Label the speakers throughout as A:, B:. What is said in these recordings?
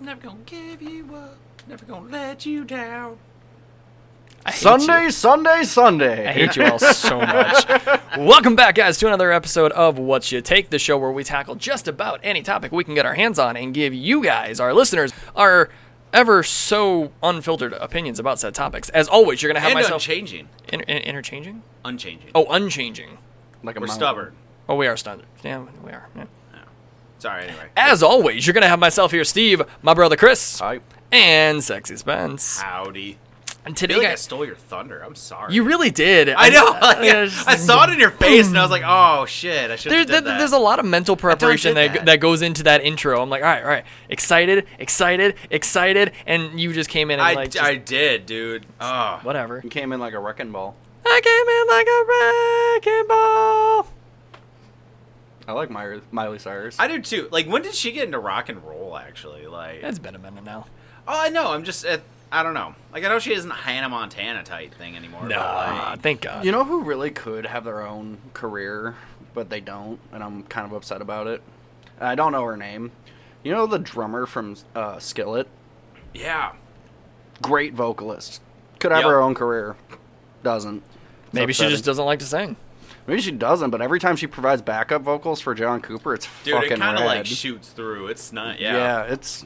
A: Never gonna give you up. Never gonna let you down.
B: I hate
C: Sunday,
B: you.
C: Sunday, Sunday.
B: I hate you all so much. Welcome back, guys, to another episode of What's You Take, the show where we tackle just about any topic we can get our hands on and give you guys, our listeners, our ever so unfiltered opinions about said topics. As always, you're going to have
A: And
B: myself
A: unchanging.
B: in, in, interchanging.
A: Unchanging.
B: Oh, unchanging.
C: Like a
A: we're
C: mountain.
A: stubborn.
B: Oh, we are stunned. Yeah, we are. yeah.
A: Sorry, anyway.
B: As always, you're going to have myself here, Steve, my brother Chris,
A: Uh,
C: Hi.
B: and Sexy Spence.
A: Howdy.
B: And
A: I
B: today,
A: feel like I
B: guys,
A: stole your thunder. I'm sorry.
B: you really did.
A: I know. like,
B: I- I just-
A: I saw it in your face, and I was like, "Oh shit! I should
B: There,
A: have
B: there,
A: did that."
B: There's a lot of mental preparation
A: did
B: that,
A: that.
B: that goes into that intro. I'm like, all right, all right, excited, excited, excited, and you just came in and
A: I,
B: like, just,
A: I did, dude. Oh,
B: whatever.
C: You came in like a wrecking ball.
B: I came in like a wrecking ball.
C: I like Miley, Miley Cyrus.
A: I do too. Like, when did she get into rock and roll? Actually, like,
B: It's been a minute now.
A: oh, I know. I'm just, uh, I don't know. Like, I know she isn't a Hannah Montana type thing anymore. but,
B: Nah,
A: like,
B: Ah, thank God.
C: you know who really could have their own career, but they don't, and I'm kind of upset about it. I don't know her name. You know the drummer from uh, Skillet,
A: yeah.
C: great vocalist, could have
A: Yep.
C: her own career, doesn't. It's
B: Maybe she
C: upsetting.
B: just doesn't like to sing.
C: Maybe she doesn't, but every time she provides backup vocals for John Cooper, it's
A: Dude,
C: fucking
A: it kind of
C: rad.
A: like shoots through. It's not.
C: yeah.
A: yeah.
C: it's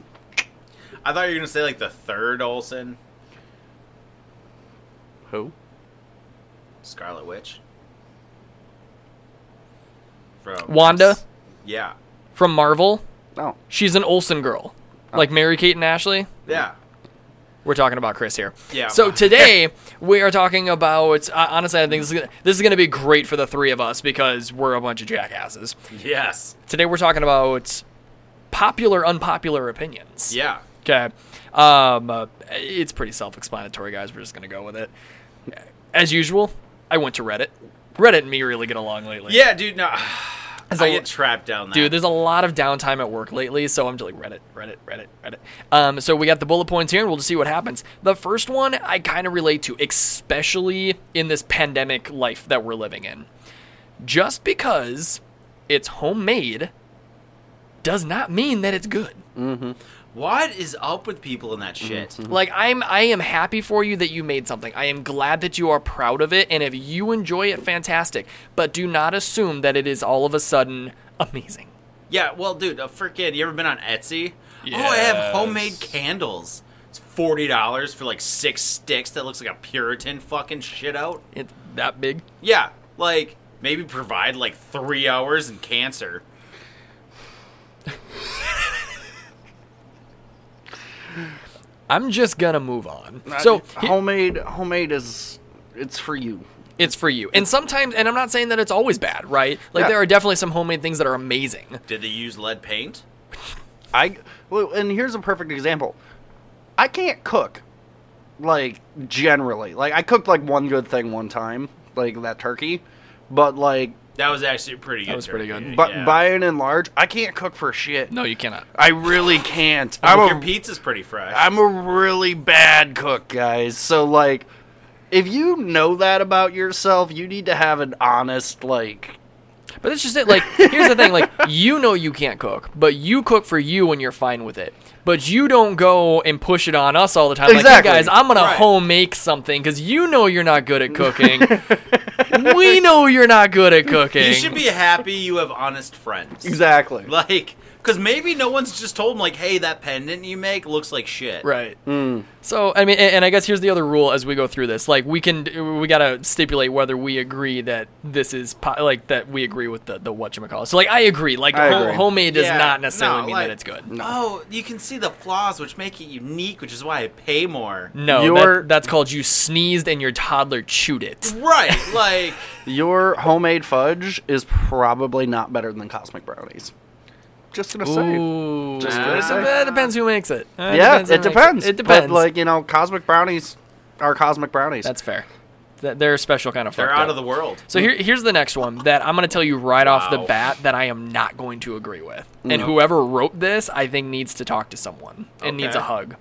A: I thought you were gonna say like the third Olsen,
C: who?
A: Scarlet Witch. From
B: Wanda?
A: Yeah,
B: From Marvel,
C: No,
B: she's an Olsen girl,
A: Oh.
B: like Mary Kate and Ashley.
A: yeah.
B: We're talking about Chris here.
A: Yeah.
B: So today we are talking about. Uh, honestly, I think this is gonna, this is going to be great for the three of us because we're a bunch of jackasses.
A: Yes.
B: Today we're talking about popular, unpopular opinions.
A: Yeah.
B: Okay. Um, uh, it's pretty self-explanatory, guys. We're just gonna go with it. As usual, I went to Reddit. Reddit and me really get along lately.
A: Yeah, dude. No,
B: There's
A: I
B: a-
A: get trapped down there.
B: Dude, there's a lot of downtime at work lately, so I'm just like Reddit, Reddit, Reddit, Reddit. Um, so we got the bullet points here, and we'll just see what happens. The first one I kind of relate to, especially in this pandemic life that we're living in. Just because it's homemade does not mean that it's good.
A: what is up with people in that shit?
B: Like I'm I am happy for you that you made something. I am glad that you are proud of it and if you enjoy it fantastic, but do not assume that it is all of a sudden amazing.
A: Yeah. Well, dude, a freaking. You ever been on Etsy? Oh, I have homemade
B: Yes.
A: candles. It's forty dollars for like six sticks. That looks like a Puritan fucking shit out.
B: It's that big.
A: Yeah. Like maybe provide like three hours in cancer.
B: I'm just gonna move on.
C: I-
B: So he-
C: homemade, homemade is it's for you.
B: it's for you. And sometimes, and I'm not saying that it's always bad, right? Like
C: Yeah.
B: there are definitely some homemade things that are amazing.
A: Did they use lead paint?
C: I well, and here's a perfect example. I can't cook, like generally. Like I cooked like one good thing one time, like that turkey, but like,
A: That was actually a pretty good.
B: was pretty
A: turkey.
B: good.
C: but
A: Yeah.
C: by and large, I can't cook for shit.
B: No, you cannot.
C: I really can't.
A: Well,
C: I'm
A: your
C: a,
A: pizza's pretty fresh.
C: I'm a really bad cook, guys. So like, if you know that about yourself, you need to have an honest like.
B: But that's just it. Like here's the thing. Like you know you can't cook, but you cook for you and you're fine with it. But you don't go and push it on us all the time. Like, hey
C: Exactly.
B: guys, I'm gonna
A: Right.
B: home make something because you know you're not good at cooking. we know you're not good at cooking.
A: you should be happy you have honest friends.
C: Exactly.
A: Like Because maybe no one's just told him, like, hey, that pendant you make looks like shit.
B: Right.
C: Hmm.
B: So I mean, and, and I guess here's the other rule as we go through this. Like we can, we gotta stipulate whether we agree that this is po- like that we agree with the the whatchamacallit. So like I agree. Like
C: I
B: ho-
C: agree.
B: homemade does
A: Yeah,
B: not necessarily
A: no,
B: mean
A: like-
B: that it's good.
A: Oh, you can see the flaws, which make it unique, which is why I pay more.
C: Mm.
B: No,
C: Your-
B: that, that's called you sneezed and your toddler chewed it.
A: Right, like,
C: Your homemade fudge is probably not better than cosmic brownies. Just gonna say.
B: Ooh,
C: Just
A: gonna
B: it
A: say.
B: dep- it depends who makes it. Uh,
C: Yeah,
B: who
C: it
B: makes
C: depends.
B: It, depends.
C: But like you know, cosmic brownies are cosmic brownies.
B: that's fair. Th- They're a special kind of.
A: they're
B: fucked
A: out
B: up.
A: of the world.
B: So here, here's the next one that I'm going to tell you right off the
A: Wow.
B: bat that I am not going to agree with. And whoever wrote this, I think, needs to talk to someone and needs a
A: Okay.
B: hug.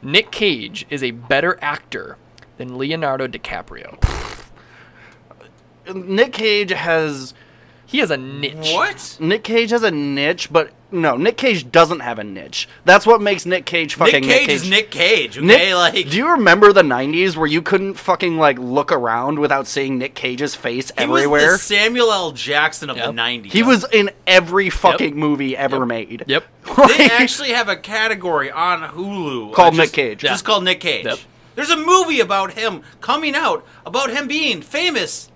B: Nick Cage is a better actor than Leonardo DiCaprio.
C: Nick Cage has
B: He has a niche.
A: What?
C: Nick Cage has a niche, but no, Nick Cage doesn't have a niche. That's what makes Nick Cage
A: Nick
C: fucking
A: Cage, is Nick Cage, okay?
C: Nick,
A: like,
C: do you remember the '90s where you couldn't fucking like look around without seeing Nick Cage's face
A: he
C: everywhere?
A: was the Samuel L. Jackson of
B: Yep.
A: the 90s.
C: he was in every fucking movie ever made.
B: Yep.
A: They
C: Like-
A: actually have a category on Hulu
C: Called
A: uh,
C: Nick
A: just-
C: Cage.
A: Just called Nick Cage.
B: Yep.
A: There's a movie about him coming out, about him being famous.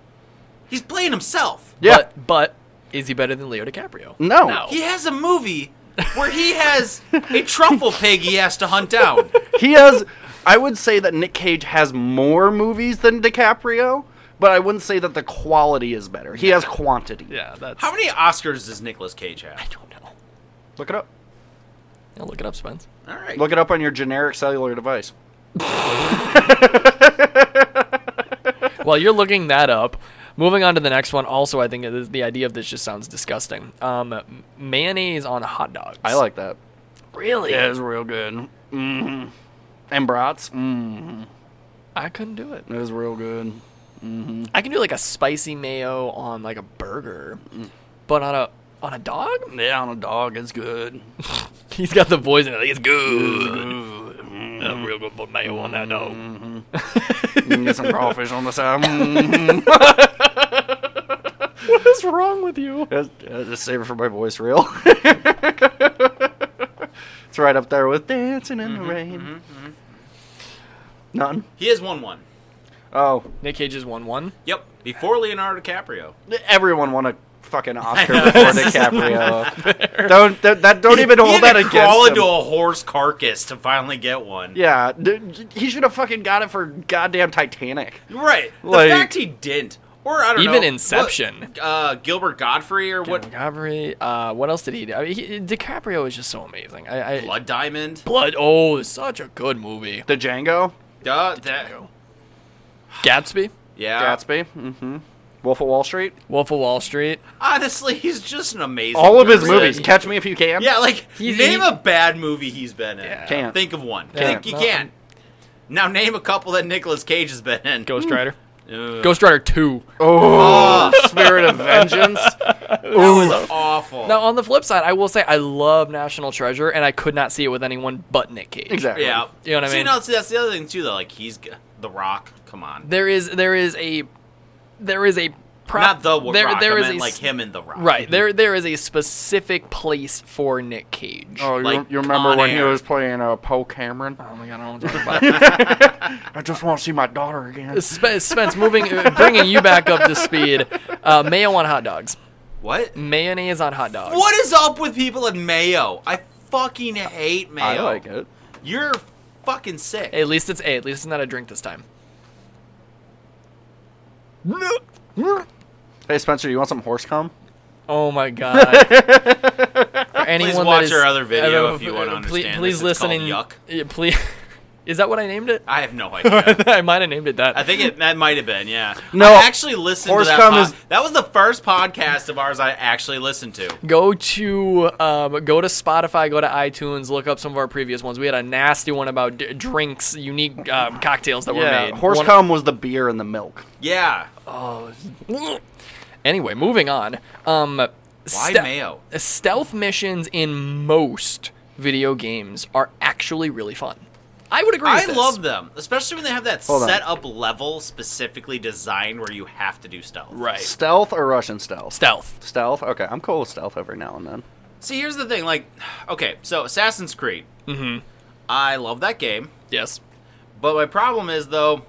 A: He's playing himself.
C: yeah.
B: But, but is he better than Leo DiCaprio?
C: No.
A: He has a movie where he has a truffle pig he has to hunt down.
C: he has. I would say that Nick Cage has more movies than DiCaprio, but I wouldn't say that the quality is better. He has quantity.
B: Yeah, that's.
A: How many Oscars does Nicolas Cage have?
B: I don't know.
C: Look it up.
B: Yeah, look it up, Spence.
A: All right.
C: Look it up on your generic cellular device.
B: While you're looking that up, moving on to the next one. Also, I think it is- the idea of this just sounds disgusting. Um, mayonnaise on hot dogs.
C: I like that.
B: Really?
C: Yeah, it's real good. Mm-hmm. And brats. Mm,
B: I couldn't do it.
C: it was real good.
B: I can do like a spicy mayo on like a burger, but on a on a dog,
C: Yeah, on a dog, it's good.
B: he's got the voice and like it's good. I'm real good put mayo on that dog.
C: You can get some crawfish on the side. Mm.
B: What is wrong with you?
C: That's- uh, Just save it for my voice reel. it's right up there with dancing in the rain. Mm-hmm. None.
A: He has won one.
C: Oh,
B: Nick Cage is one one.
A: Yep. Before Leonardo DiCaprio.
C: everyone won a fucking Oscar before DiCaprio. don't that, that don't even
A: he
C: hold
A: had
C: that
A: to crawl
C: against
A: into
C: him.
A: a horse carcass to finally get one.
C: Yeah, d- he should have fucking got it for goddamn Titanic.
A: Right. The
C: Like-
A: fact he didn't. Or I don't know.
B: Even
A: what-
B: Inception.
A: uh, Gilbert Godfrey or what?
B: Godfrey, uh, what else did he do? I mean, he, DiCaprio is just so amazing. I, I
A: Blood Diamond.
B: Blood. Oh, it's such a good movie.
C: The Django,
A: Uh, that,
B: Gatsby,
A: yeah.
C: Gatsby, hmm Wolf of Wall Street.
B: Wolf of Wall Street.
A: Mm. Honestly, he's just an amazing.
C: All of his
A: person.
C: movies. Catch me if you can.
A: Yeah, like
B: He's-
A: name
B: he-
A: a bad movie he's been in.
B: Yeah.
C: Can't.
A: Think of one.
B: Can't.
A: Think you
B: No.
A: can. Now name a couple that Nicolas Cage has been in.
B: Ghost Rider.
A: Ugh.
B: Ghost Rider Two.
A: Ah.
C: Oh, Spirit of Vengeance.
A: That was awful.
B: Now, on the flip side, I will say I love National Treasure, and I could not see it with anyone but Nick Cage.
C: Exactly.
A: Yeah.
B: You know what I mean?
A: See, no, see, that's the other thing too, though. Like he's g- The Rock. Come on.
B: There is there is a there is a prop,
A: Not the wo- Rock. I
B: is
A: meant,
B: a
A: like
B: s-
A: him and The Rock.
B: Right there there is a specific place for Nick Cage.
C: Oh, you,
A: Like
C: you remember
A: Con
C: when he
A: Air.
C: was playing uh, Poe Cameron?
B: Oh my god, I don't know what I'm talking about.
C: I just want to see my daughter again.
B: Sp- Spence, moving, uh, bringing you back up to speed. Uh, mayo on hot dogs.
A: What?
B: Mayonnaise on hot dogs.
A: What is up with people in Mayo? I fucking hate Mayo.
C: I like it.
A: You're fucking sick.
B: At least it's a. At least it's not a drink this time.
C: Hey, Spencer, you want some horse cum?
B: Oh my god! For anyone that
A: watch
B: is-
A: our other video if you
B: uh,
A: wanna
B: Please,
A: understand
B: please
A: this. It's
B: listen
A: called
B: and
A: Yuck.
B: yeah, please. Is that what I named it?
A: I have no idea.
B: I might have named it that.
A: I think it that might have been, yeah.
C: No.
A: I actually listened to
C: Horse
A: that.
C: cum
A: pod-
C: is-
A: That was the first podcast of ours I actually listened to.
B: go to um, go to Spotify, go to iTunes, look up some of our previous ones. We had a nasty one about d- drinks, unique um, cocktails that were made.
C: horse
B: One-
C: cum was the beer and the milk.
A: Yeah.
B: Anyway, moving on. Um, Why
A: Why mayo?
B: Stealth missions in most video games are actually really fun. I would agree.
A: I
B: with this.
A: love them, especially when they have that
C: Hold on.
A: set up level specifically designed where you have to do stealth.
B: right
C: Stealth or Russian stealth?
B: stealth.
C: Stealth? Okay, I'm cool with stealth every now and then.
A: See, here's the thing. Like, okay, so Assassin's Creed. Mm-hmm. I love that game,
B: Yes.
A: but my problem is though,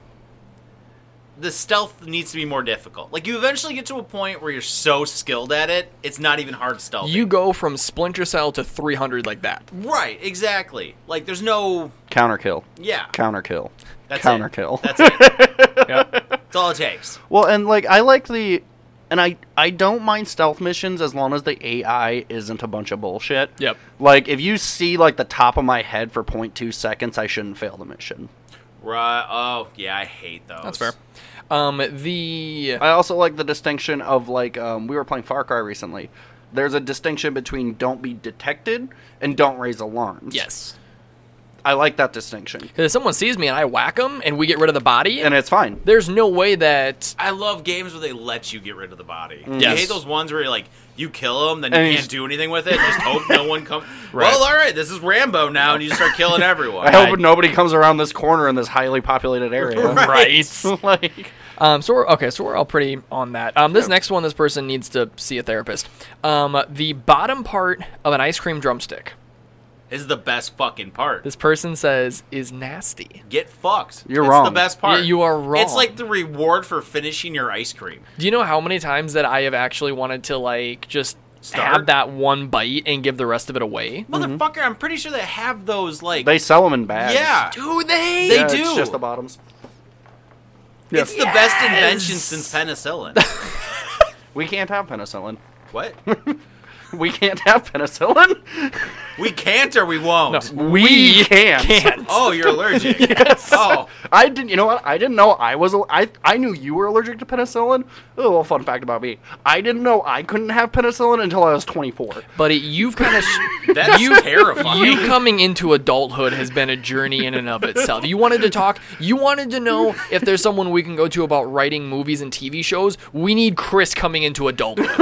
A: the stealth needs to be more difficult. Like, you eventually get to a point where you're so skilled at it, it's not even hard stealth.
B: You go from Splinter Cell to 300 like that.
A: right? Exactly. Like, there's no
C: Counter kill.
A: yeah.
C: Counter kill.
A: That's
C: Counter
A: it.
C: kill.
A: That's it.
B: Yep.
A: That's all it takes.
C: Well, and like I like the, and I I don't mind stealth missions as long as the AI isn't a bunch of bullshit.
B: Yep.
C: Like if you see like the top of my head for 0.2 seconds, I shouldn't fail the mission.
A: Right. Oh, yeah. I hate those.
B: That's fair. Um, the
C: I also like the distinction of like um, we were playing Far Cry recently. There's a distinction between don't be detected and don't raise alarms.
B: yes,
C: I like that distinction,
B: because if someone sees me and I whack them and we get rid of the body,
C: and it's fine.
B: there's no way that
A: I love games where they let you get rid of the body. I
B: Yes.
A: hate those ones where you're like you kill them, then
C: Mm. And
A: you
C: you
A: can't
C: just-
A: do anything with it. Just hope no one comes.
B: Right.
A: Well, all right, this is Rambo now, and you just start killing everyone.
C: I hope nobody comes around this corner in this highly populated area.
B: right.
C: like
B: Um, so we're, okay, so we're all pretty on that. Um, this next one, this person needs to see a therapist. Um, the bottom part of an ice cream drumstick.
A: This is the best fucking part.
B: This person says is nasty.
A: Get fucked.
C: You're
A: it's The
C: wrong.
A: best part.
B: Y- you are wrong.
A: It's like the reward for finishing your ice cream.
B: Do you know how many times that I have actually wanted to like just
A: Starve?
B: have that one bite and give the rest of it away?
A: Motherfucker, I'm pretty sure they have those like.
C: Mm-hmm. they sell them in bags.
A: yeah.
B: Do they?
A: They
C: Yeah,
A: do.
C: It's just the bottoms.
A: It's the best invention since penicillin.
C: We can't have penicillin.
A: what?
C: We can't have penicillin.
A: We can't or we won't.
C: We, can't.
A: Oh, you're allergic. Oh,
C: I didn't. You know what? I didn't know I was. al- I I knew you were allergic to penicillin. Oh, well, fun fact about me. I didn't know I couldn't have penicillin until I was 24.
B: Buddy, you've kind of
A: that's
B: You-
A: terrifying.
B: you coming into adulthood has been a journey in and of itself. You wanted to talk. You wanted to know if there's someone we can go to about writing movies and TV shows. We need Chris coming into adulthood.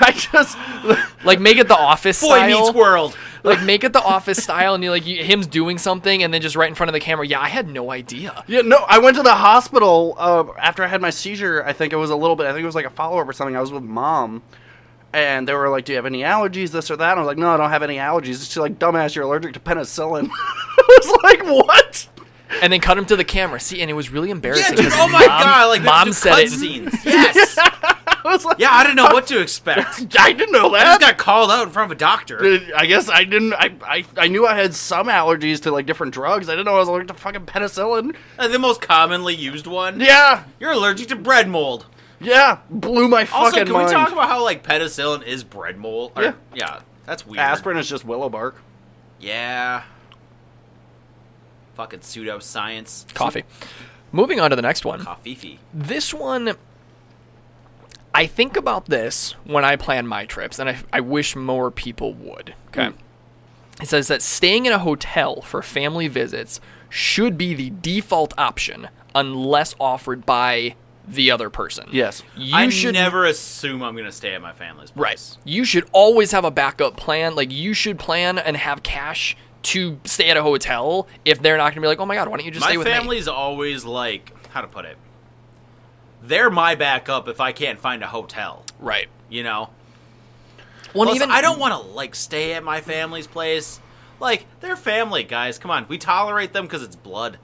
C: I just.
B: Like make it the office
A: Boy
B: style.
A: Meets World.
B: Like make it the office style, and you like you, him's doing something, and then just right in front of the camera. Yeah, I had no idea.
C: Yeah, no. I went to the hospital uh, after I had my seizure. I think it was a little bit. I think it was like a follow up or something. I was with mom, and they were like, "Do you have any allergies? This or that?" And I was like, "No, I don't have any allergies." She's like, "Dumbass, you're allergic to penicillin." I was like, "What?"
B: And then cut him to the camera. See, and it was really
A: Yeah,
B: embarrassing.
A: dude.
B: 'cause
A: Oh my
B: mom-
A: god. Like
B: mom
A: do
B: said it.
A: cutscenes. Yes.
C: I was like,
A: Yeah, I didn't know what to expect.
C: I didn't know
A: I
C: that."
A: just got called out in front of a doctor.
C: I guess I didn't. I, I I knew I had some allergies to like different drugs. I didn't know I was allergic to fucking penicillin.
A: Uh, The most commonly used one.
C: Yeah,
A: You're allergic to bread mold.
C: yeah, blew my fucking
A: Also, can
C: mind.
A: we talk about how like penicillin is bread mold? Or-
C: Yeah.
A: Yeah. That's weird.
C: aspirin? Is just willow bark.
A: Yeah. Fucking pseudoscience.
B: Coffee. Moving on to the next one.
A: Coffee.
B: this one i think about this when i plan my trips and i, I wish more people would okay
A: Hmm.
B: it says that staying in a hotel for family visits should be the default option unless offered by the other person
C: Yes.
B: you
A: I
B: should
A: never assume I'm gonna stay at my family's
B: right
A: place.
B: you should always have a backup plan like you should plan and have cash to stay at a hotel if they're not gonna be like oh my god why don't you just
A: my
B: stay with me
A: family's always like how to put it they're my backup if i can't find a hotel
B: right
A: you know
B: well
A: Plus,
B: even
A: i don't want to like stay at my family's place like they're family guys come on we tolerate them because it's blood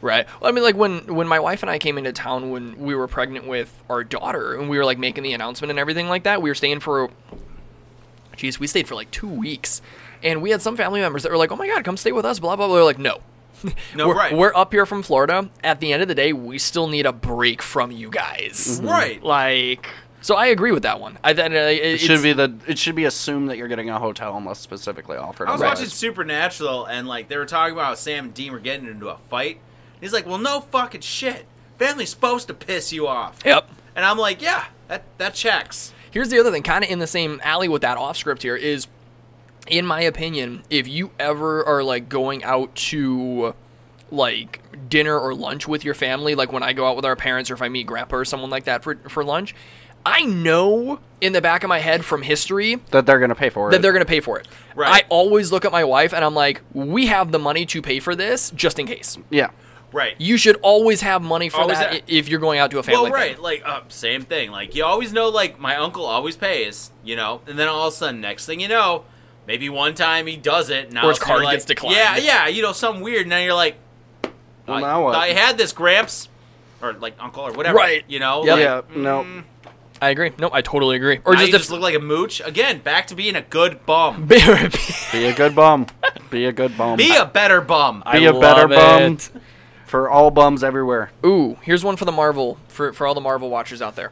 B: Right. Well, I mean, like when when my wife and I came into town when we were pregnant with our daughter, and we were like making the announcement and everything like that. We were staying for, jeez, we stayed for like two weeks, and we had some family members that were like, "Oh my god, come stay with us," blah blah blah. We're like, "No."
C: Oh,
A: No,
B: we're,
A: right.
B: we're up here from Florida. At the end of the day, we still need a break from you guys.
C: Mm-hmm.
A: right
B: Like, so I agree with that one. I that it,
C: It should be the. It should be assumed that you're getting a hotel unless specifically offered.
A: i was
C: otherwise.
A: watching supernatural and like they were talking about how sam and dean were getting into a fight he's like well no fucking shit family's supposed to piss you off
B: Yep.
A: and i'm like yeah that that checks
B: Here's the other thing, kind of in the same alley with that off script here is, in my opinion, if you ever are like going out to like dinner or lunch with your family, like when I go out with our parents or if I meet grandpa or someone like that for for lunch, I know in the back of my head from history
C: that they're gonna pay for
B: that
C: it.
B: they're gonna pay for it.
A: Right.
B: I always look at my wife and I'm like, we have the money to pay for this just in case.
C: yeah.
A: Right.
B: You should always have money for
A: Always
B: that
A: have-
B: i- if you're going out to a family.
A: well, right,
B: thing.
A: like uh, same thing. Like you always know, like my uncle always pays, you know, and then all of a sudden, next thing you know, maybe one time he does it, now
B: Or his card
A: like,
B: gets declined.
A: Yeah, yeah, you know, something weird. Now you're like,
C: Well,
A: I,
C: now what?
A: I had this gramps, or like uncle or whatever,
B: Right.
A: You know,
B: Yep.
A: like,
C: Yeah, no.
B: mm. I agree. No, I totally agree.
A: Or
B: Or just,
A: just, you just look like a mooch again. Back to being a good bum.
B: if,
C: Be a good bum. Be a good bum.
A: Be a better bum.
B: I
C: Be a better bum.
B: love it.
C: For all bums everywhere.
B: Ooh, here's one for the Marvel for for all the Marvel watchers out there.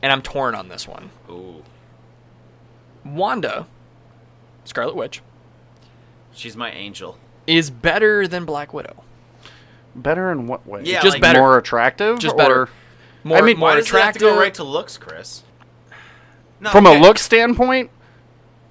B: And I'm torn on this one.
A: Ooh,
B: Wanda, Scarlet Witch,
A: she's my angel.
B: is better than Black Widow.
C: Better in what way?
A: Yeah,
B: Just
A: like-
B: better.
C: More attractive?
B: Just
C: or-
B: better. More,
C: I mean,
B: more
A: Why does it have to
B: attractive.
A: go right to looks, Chris? No,
C: From
A: okay,
C: a look standpoint,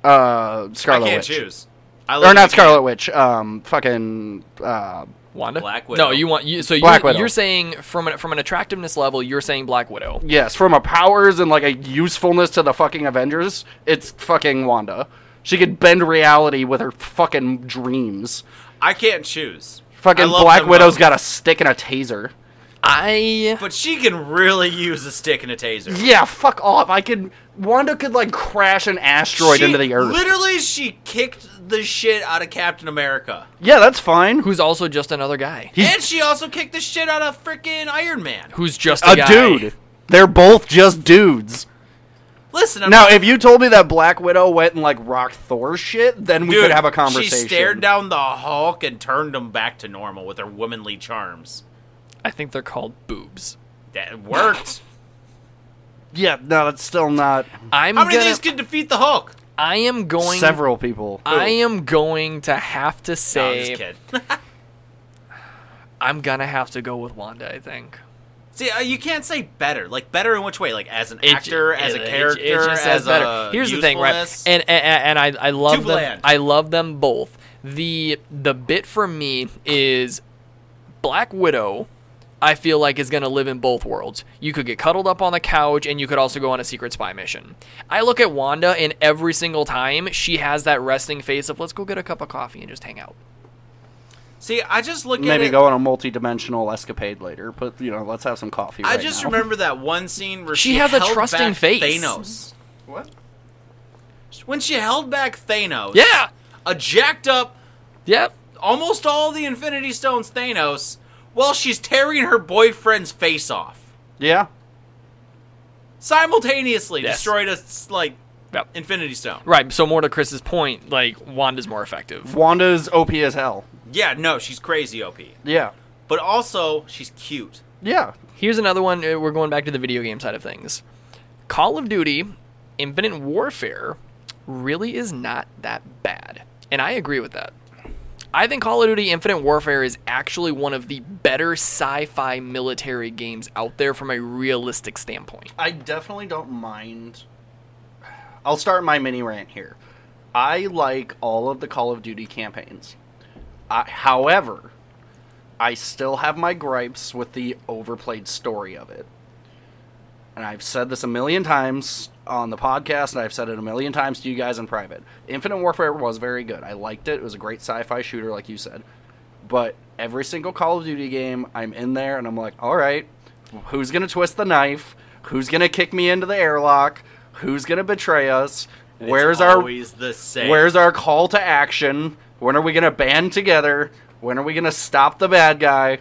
C: uh,
A: I
C: Scarlet
A: can't
C: Witch.
A: choose. I
C: Or
A: love
C: not
A: you.
C: Scarlet Witch. Um, fucking. Uh,
B: Wanda.
A: Black
B: No,
A: Widow.
B: you want you. So
C: Black
B: you're,
C: Widow.
B: you're saying from an, from an attractiveness level, you're saying Black Widow.
C: yes, from a powers and like a usefulness to the fucking Avengers, it's fucking Wanda. She could bend reality with her fucking dreams.
A: I can't choose. I
C: Fucking
A: love
C: Black
A: them
C: Widow's
A: both.
C: got a stick and a taser.
B: I
A: But she can really use a stick and a taser.
C: Yeah, fuck off. I could. Wanda could like crash an asteroid
A: She-
C: into the earth.
A: Literally, she kicked the shit out of Captain America.
C: yeah, that's fine.
B: who's also just another guy
A: and she also kicked the shit out of freaking Iron Man.
B: who's just a,
C: A
B: guy.
C: dude. They're both just dudes.
A: Listen, I'm
C: Now, if you told me that Black Widow went and like rock Thor shit, then we
A: Dude,
C: could have a conversation.
A: She stared down the Hulk and turned him back to normal with her womanly charms.
B: I think they're called boobs.
A: That worked.
C: Yeah, no, that's still not
B: I'm
A: How many
B: gonna,
A: of these can defeat the Hulk?
B: I am going.
C: several people.
B: I am going to have to
A: No,
B: say
A: I'm just kidding.
B: I'm gonna have to go with Wanda. I think.
A: See, uh, you can't say better. Like better in which way? Like as an
B: It-
A: actor, as a
B: it- it-
A: character,
B: it just says
A: as
B: better.
A: a
B: Here's the thing, right?
A: usefulness?
B: And and, and I I love them.
A: bland.
B: I love them both. The the bit for me is Black Widow. I feel like is going to live in both worlds. You could get cuddled up on the couch, and you could also go on a secret spy mission. I look at Wanda, and every single time she has that resting face of "Let's go get a cup of coffee and just hang out."
A: See, I just look at
C: Maybe
A: it-
C: go on a multi-dimensional escapade later, but you know, let's have some coffee.
A: I
C: right
A: just
C: now.
A: remember that one scene where
B: She
A: she,
B: has a
A: held
B: trusting
A: back
B: face.
A: Thanos.
C: What?
A: When she held back Thanos,
B: Yeah,
A: a jacked up,
B: yep.
A: almost all the Infinity Stones Thanos, while she's tearing her boyfriend's face off,
C: Yeah,
A: simultaneously
B: Yes.
A: destroyed a s- like
B: Yep.
A: Infinity Stone.
B: Right. So more to Chris's point, like Wanda's more effective.
C: Wanda's OP as hell.
A: Yeah, no, she's crazy OP,
C: Yeah,
A: but also she's cute.
C: yeah.
B: Here's another one. uh, We're going back to the video game side of things. Call of Duty Infinite Warfare really is not that bad. And I agree with that. I think Call of Duty Infinite Warfare is actually one of the better sci fi military games out there from a realistic standpoint.
C: I definitely don't mind. I'll start my mini rant here. I like all of the Call of Duty campaigns. I, however, I still have my gripes with the overplayed story of it. And I've said this a million times on the podcast, and I've said it a million times to you guys in private. Infinite Warfare was very good. I liked it. It was a great sci fi shooter, like you said. But every single Call of Duty game, I'm in there and I'm like, all right, who's going to twist the knife? Who's going to kick me into the airlock? Who's going to betray us? Where's
A: it's
C: our
A: always the same?
C: Where's our call to action? When are we going to band together? When are we going to stop the bad guy?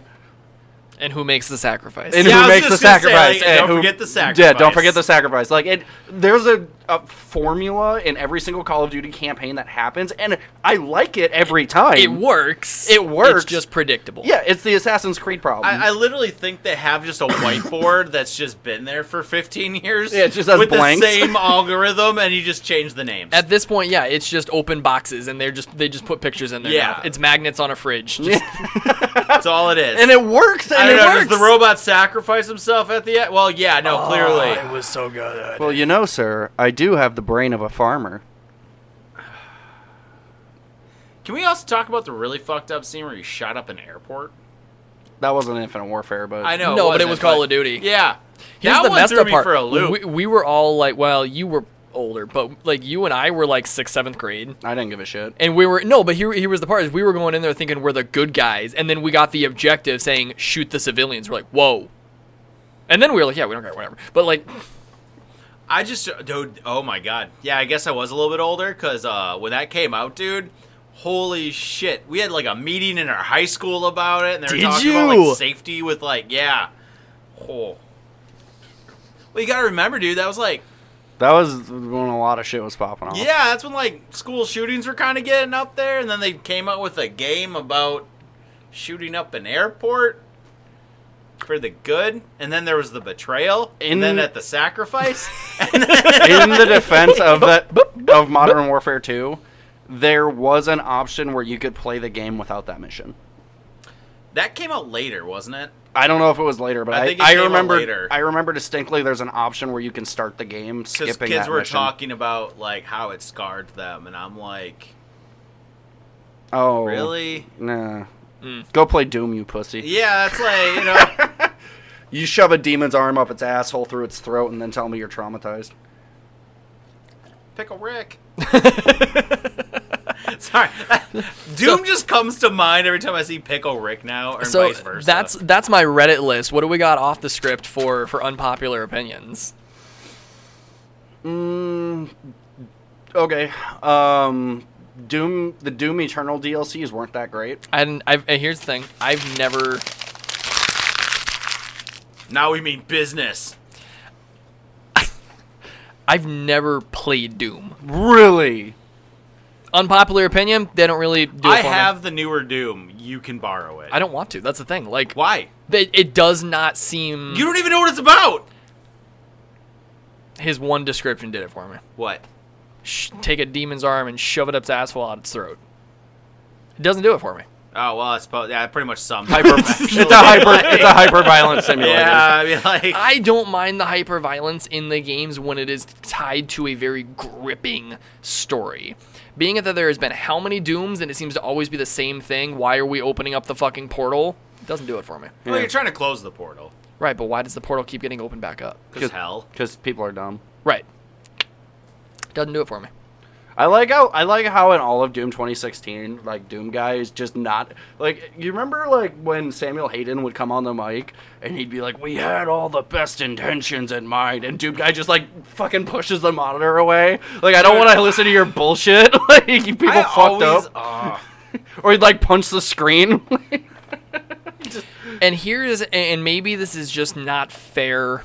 B: And who makes the sacrifice?
C: And
A: Yeah, I
C: who
A: was
C: makes the
A: just gonna say,
C: sacrifice?
A: like,
C: and
A: don't
C: who-
A: forget the
C: Yeah, don't
A: sacrifice.
C: forget the sacrifice. Like, it, there's a, a formula in every single Call of Duty campaign that happens, and I like it every time.
B: it works.
C: It works.
B: It's just predictable.
C: Yeah, it's the Assassin's Creed problem.
A: I, I literally think they have just a whiteboard that's just been there for 15 years.
C: Yeah, it just has
A: with
C: blanks.
A: the same algorithm, and you just change the names.
B: At this point, yeah, it's just open boxes, and they're just they just put pictures in there.
A: Yeah.
B: now. it's magnets on a fridge. Just
A: That's all it is.
C: and it works, and
A: I
C: it
A: don't know,
C: works.
A: Does the robot sacrifice himself at the end? Well, yeah, no,
B: Oh,
A: clearly.
B: was so good.
C: well, you know, sir, I do have the brain of a farmer.
A: Can we also talk about the really fucked up scene where he shot up an airport?
C: That wasn't Infinite Warfare, but
A: I know.
B: No, but it
A: wasn't,
B: was Call of Duty.
A: Yeah.
B: Here's
A: that
B: the
A: one
B: messed
A: threw
B: up
A: me
B: part.
A: for a loop.
B: We, we were all like, "Well, you were older, but like you and I were like sixth, seventh grade.
C: I didn't give a shit.
B: And we were no, but here here was the part is we were going in there thinking we're the good guys, and then we got the objective saying shoot the civilians. We're like, whoa, and then we were like, yeah, we don't care, whatever. But like,
A: I just, dude, oh my god. Yeah, I guess I was a little bit older because uh, when that came out, dude, holy shit. We had like a meeting in our high school about it, and they were
B: Did
A: talking about
B: you?
A: like safety with like, yeah. Oh. Well, you gotta remember, dude, that was like,
C: That was when a lot of shit was popping off.
A: yeah, that's when like school shootings were kind of getting up there, and then they came out with a game about shooting up an airport. For the good, and then there was the betrayal,
C: In-
A: and then at the sacrifice,
C: in the defense of that of Modern Warfare 2, there was an option where you could play the game without that mission.
A: that came out later, wasn't it?
C: I don't know if it was later, but
A: I
C: I,
A: think it
C: I
A: came out
C: remember
A: later.
C: I remember distinctly there's an option where you can start the game
A: because
C: skipping
A: kids
C: that
A: were
C: mission.
A: talking about like how it scarred them, and I'm like,
C: Oh,
A: really? Hmm.
C: Nah. Go play Doom, you pussy.
A: Yeah, that's like you know,
C: You shove a demon's arm up its asshole through its throat and then tell me you're traumatized.
A: pickle Rick. Sorry, Doom just comes to mind every time I see pickle Rick now, or
B: so
A: vice versa.
B: that's that's my Reddit list. What do we got off the script for for unpopular opinions?
C: Mm, okay. Um, Doom, the Doom Eternal DLCs weren't that great.
B: And I've, and here's the thing: I've never
A: now we mean business.
B: I've never played Doom.
C: Really?
B: Unpopular opinion: they don't really do. It
A: I
B: for me.
A: have the newer Doom. You can borrow it.
B: I don't want to. That's the thing. Like,
A: Why?
B: it, it does not seem.
A: You don't even know what it's about.
B: his one description did it for me.
A: What?
B: Sh- take a demon's arm and shove it up its asshole out its throat. It doesn't do it for me.
A: Oh well, I suppose yeah, that pretty much sums. it
C: Hyper.
A: up,
C: it's
A: actually.
C: a hyper. It's a hyper violent simulator.
A: Yeah, I mean, like
B: I don't mind the hyper violence in the games when it is tied to a very gripping story. Being that there has been how many dooms and it seems to always be the same thing, why are we opening up the fucking portal? It doesn't do it for me.
A: well, you're trying to close the portal
B: Right, but why does the portal keep getting opened back up?
A: because hell.
C: because people are dumb.
B: Right. Doesn't do it for me.
C: I like how I like how in all of Doom 2016, like Doom guy is just not like you remember like when Samuel Hayden would come on the mic and he'd be like, "We had all the best intentions in mind," and Doom guy just like fucking pushes the monitor away. Like I don't want to listen to your bullshit. like you people
A: I
C: fucked
A: always,
C: up,
A: Ah.
C: or he'd like punch the screen.
B: And here's and maybe this is just not fair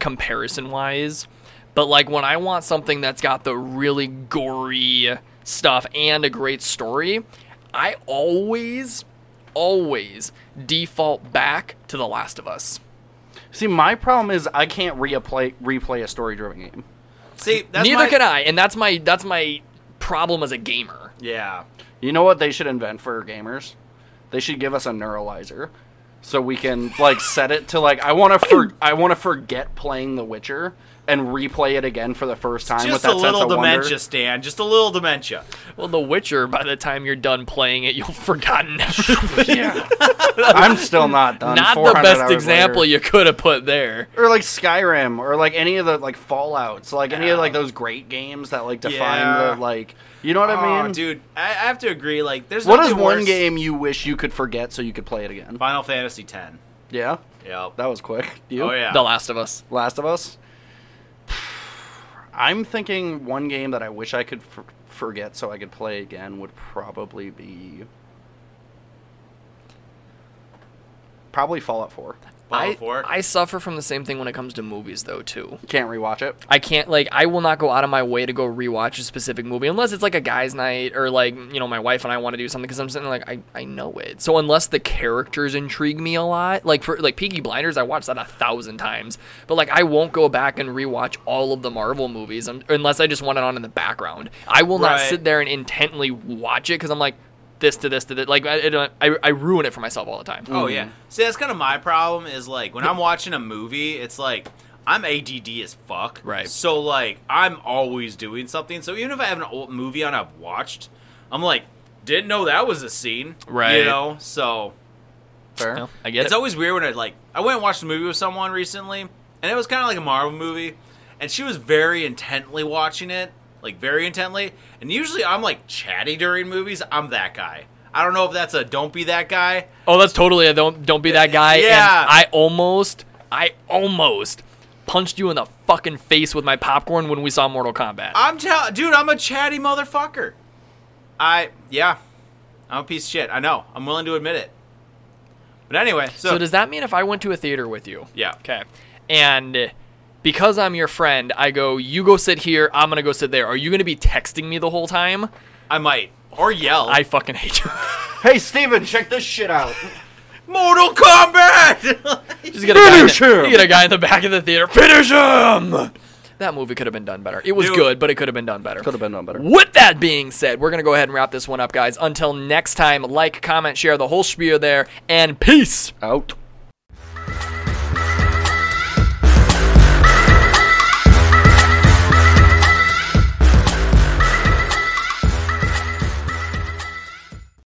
B: comparison wise, but like when I want something that's got the really gory stuff and a great story, I always always default back to The Last of Us.
C: See, my problem is I can't replay replay a story-driven game.
A: See, that's
B: Neither
A: my-
B: can I, and that's my that's my problem as a gamer.
A: Yeah.
C: You know what they should invent for gamers? They should give us a neuralizer, so we can like set it to like I want to for- I want to forget playing The Witcher and replay it again for the first time with
A: Just
C: that
A: a little
C: sense of
A: dementia,
C: wonder.
A: Stan. Just a little dementia.
B: Well, The Witcher, by the time you're done playing it, you've forgotten everything.
C: Yeah, I'm still not done.
B: Not the
C: 400
B: best
C: hours
B: example
C: later.
B: you could have put there.
C: Or like Skyrim, or like any of the like Fallout's, like any of like those great games that like define
A: Yeah.
C: the like. You know what I
A: Oh,
C: mean?
A: dude, I, I have to agree. Like, there's
C: What is
A: nothing
C: one
A: worse-
C: game you wish you could forget so you could play it again?
A: Final Fantasy X.
C: Yeah,
A: Yep.
C: that was quick. You?
A: Oh yeah.
B: The Last of Us.
C: Last of Us. I'm thinking one game that I wish I could f- forget so I could play again would probably be probably Fallout 4.
A: Final
B: I,
A: Four.
B: I suffer from the same thing when it comes to movies, though, too.
C: Can't rewatch it.
B: I can't, like, I will not go out of my way to go rewatch a specific movie unless it's like a guy's night or, like, you know, my wife and I want to do something because I'm sitting there like, I, I know it. So, unless the characters intrigue me a lot, like, for, like, Peaky Blinders, I watched that a thousand times, but, like, I won't go back and rewatch all of the Marvel movies um, unless I just want it on in the background. I will not
A: Right.
B: sit there and intently watch it because I'm like, this to this to this. Like, I, it, I, I ruin it for myself all the time.
A: oh yeah. See, that's kind of my problem. Is like when I'm watching a movie, it's like. I'm ADD as fuck.
B: Right.
A: So, like, I'm always doing something. So, even if I have an old movie on I've watched, I'm like, didn't know that was a scene.
B: Right.
A: You know? So,
C: Fair.
B: No, I get
A: it's
B: it.
A: always weird when I like I went and watched a movie with someone recently, and it was kind of like a Marvel movie, and she was very intently watching it, like very intently. And usually I'm like chatty during movies. I'm that guy. I don't know if that's a don't be that guy.
B: Oh, that's totally a don't don't be that guy. And
A: Yeah.
B: I almost I almost punched you in the fucking face with my popcorn when we saw Mortal Kombat.
A: I'm tell dude, I'm a chatty motherfucker. I yeah. I'm a piece of shit. I know. I'm willing to admit it. But anyway, so,
B: so, does that mean if I went to a theater with you?
A: Yeah.
B: Okay. And because I'm your friend, I go, you go sit here, I'm gonna go sit there. Are you gonna be texting me the whole time?
A: I might or yell.
B: I fucking hate you.
C: Hey, Steven, check this shit out.
A: Mortal Kombat.
B: Just get a guy in
C: Finish
B: the-
C: him!
B: you get a guy in the back of the theater. Finish him. That movie could have been done better. It was
A: Dude.
B: good, but it could have been done better.
C: Could have been done better.
B: With that being said, we're going to go ahead and wrap this one up, guys. Until next time, like, comment, share the whole spiel there, and peace.
C: Out.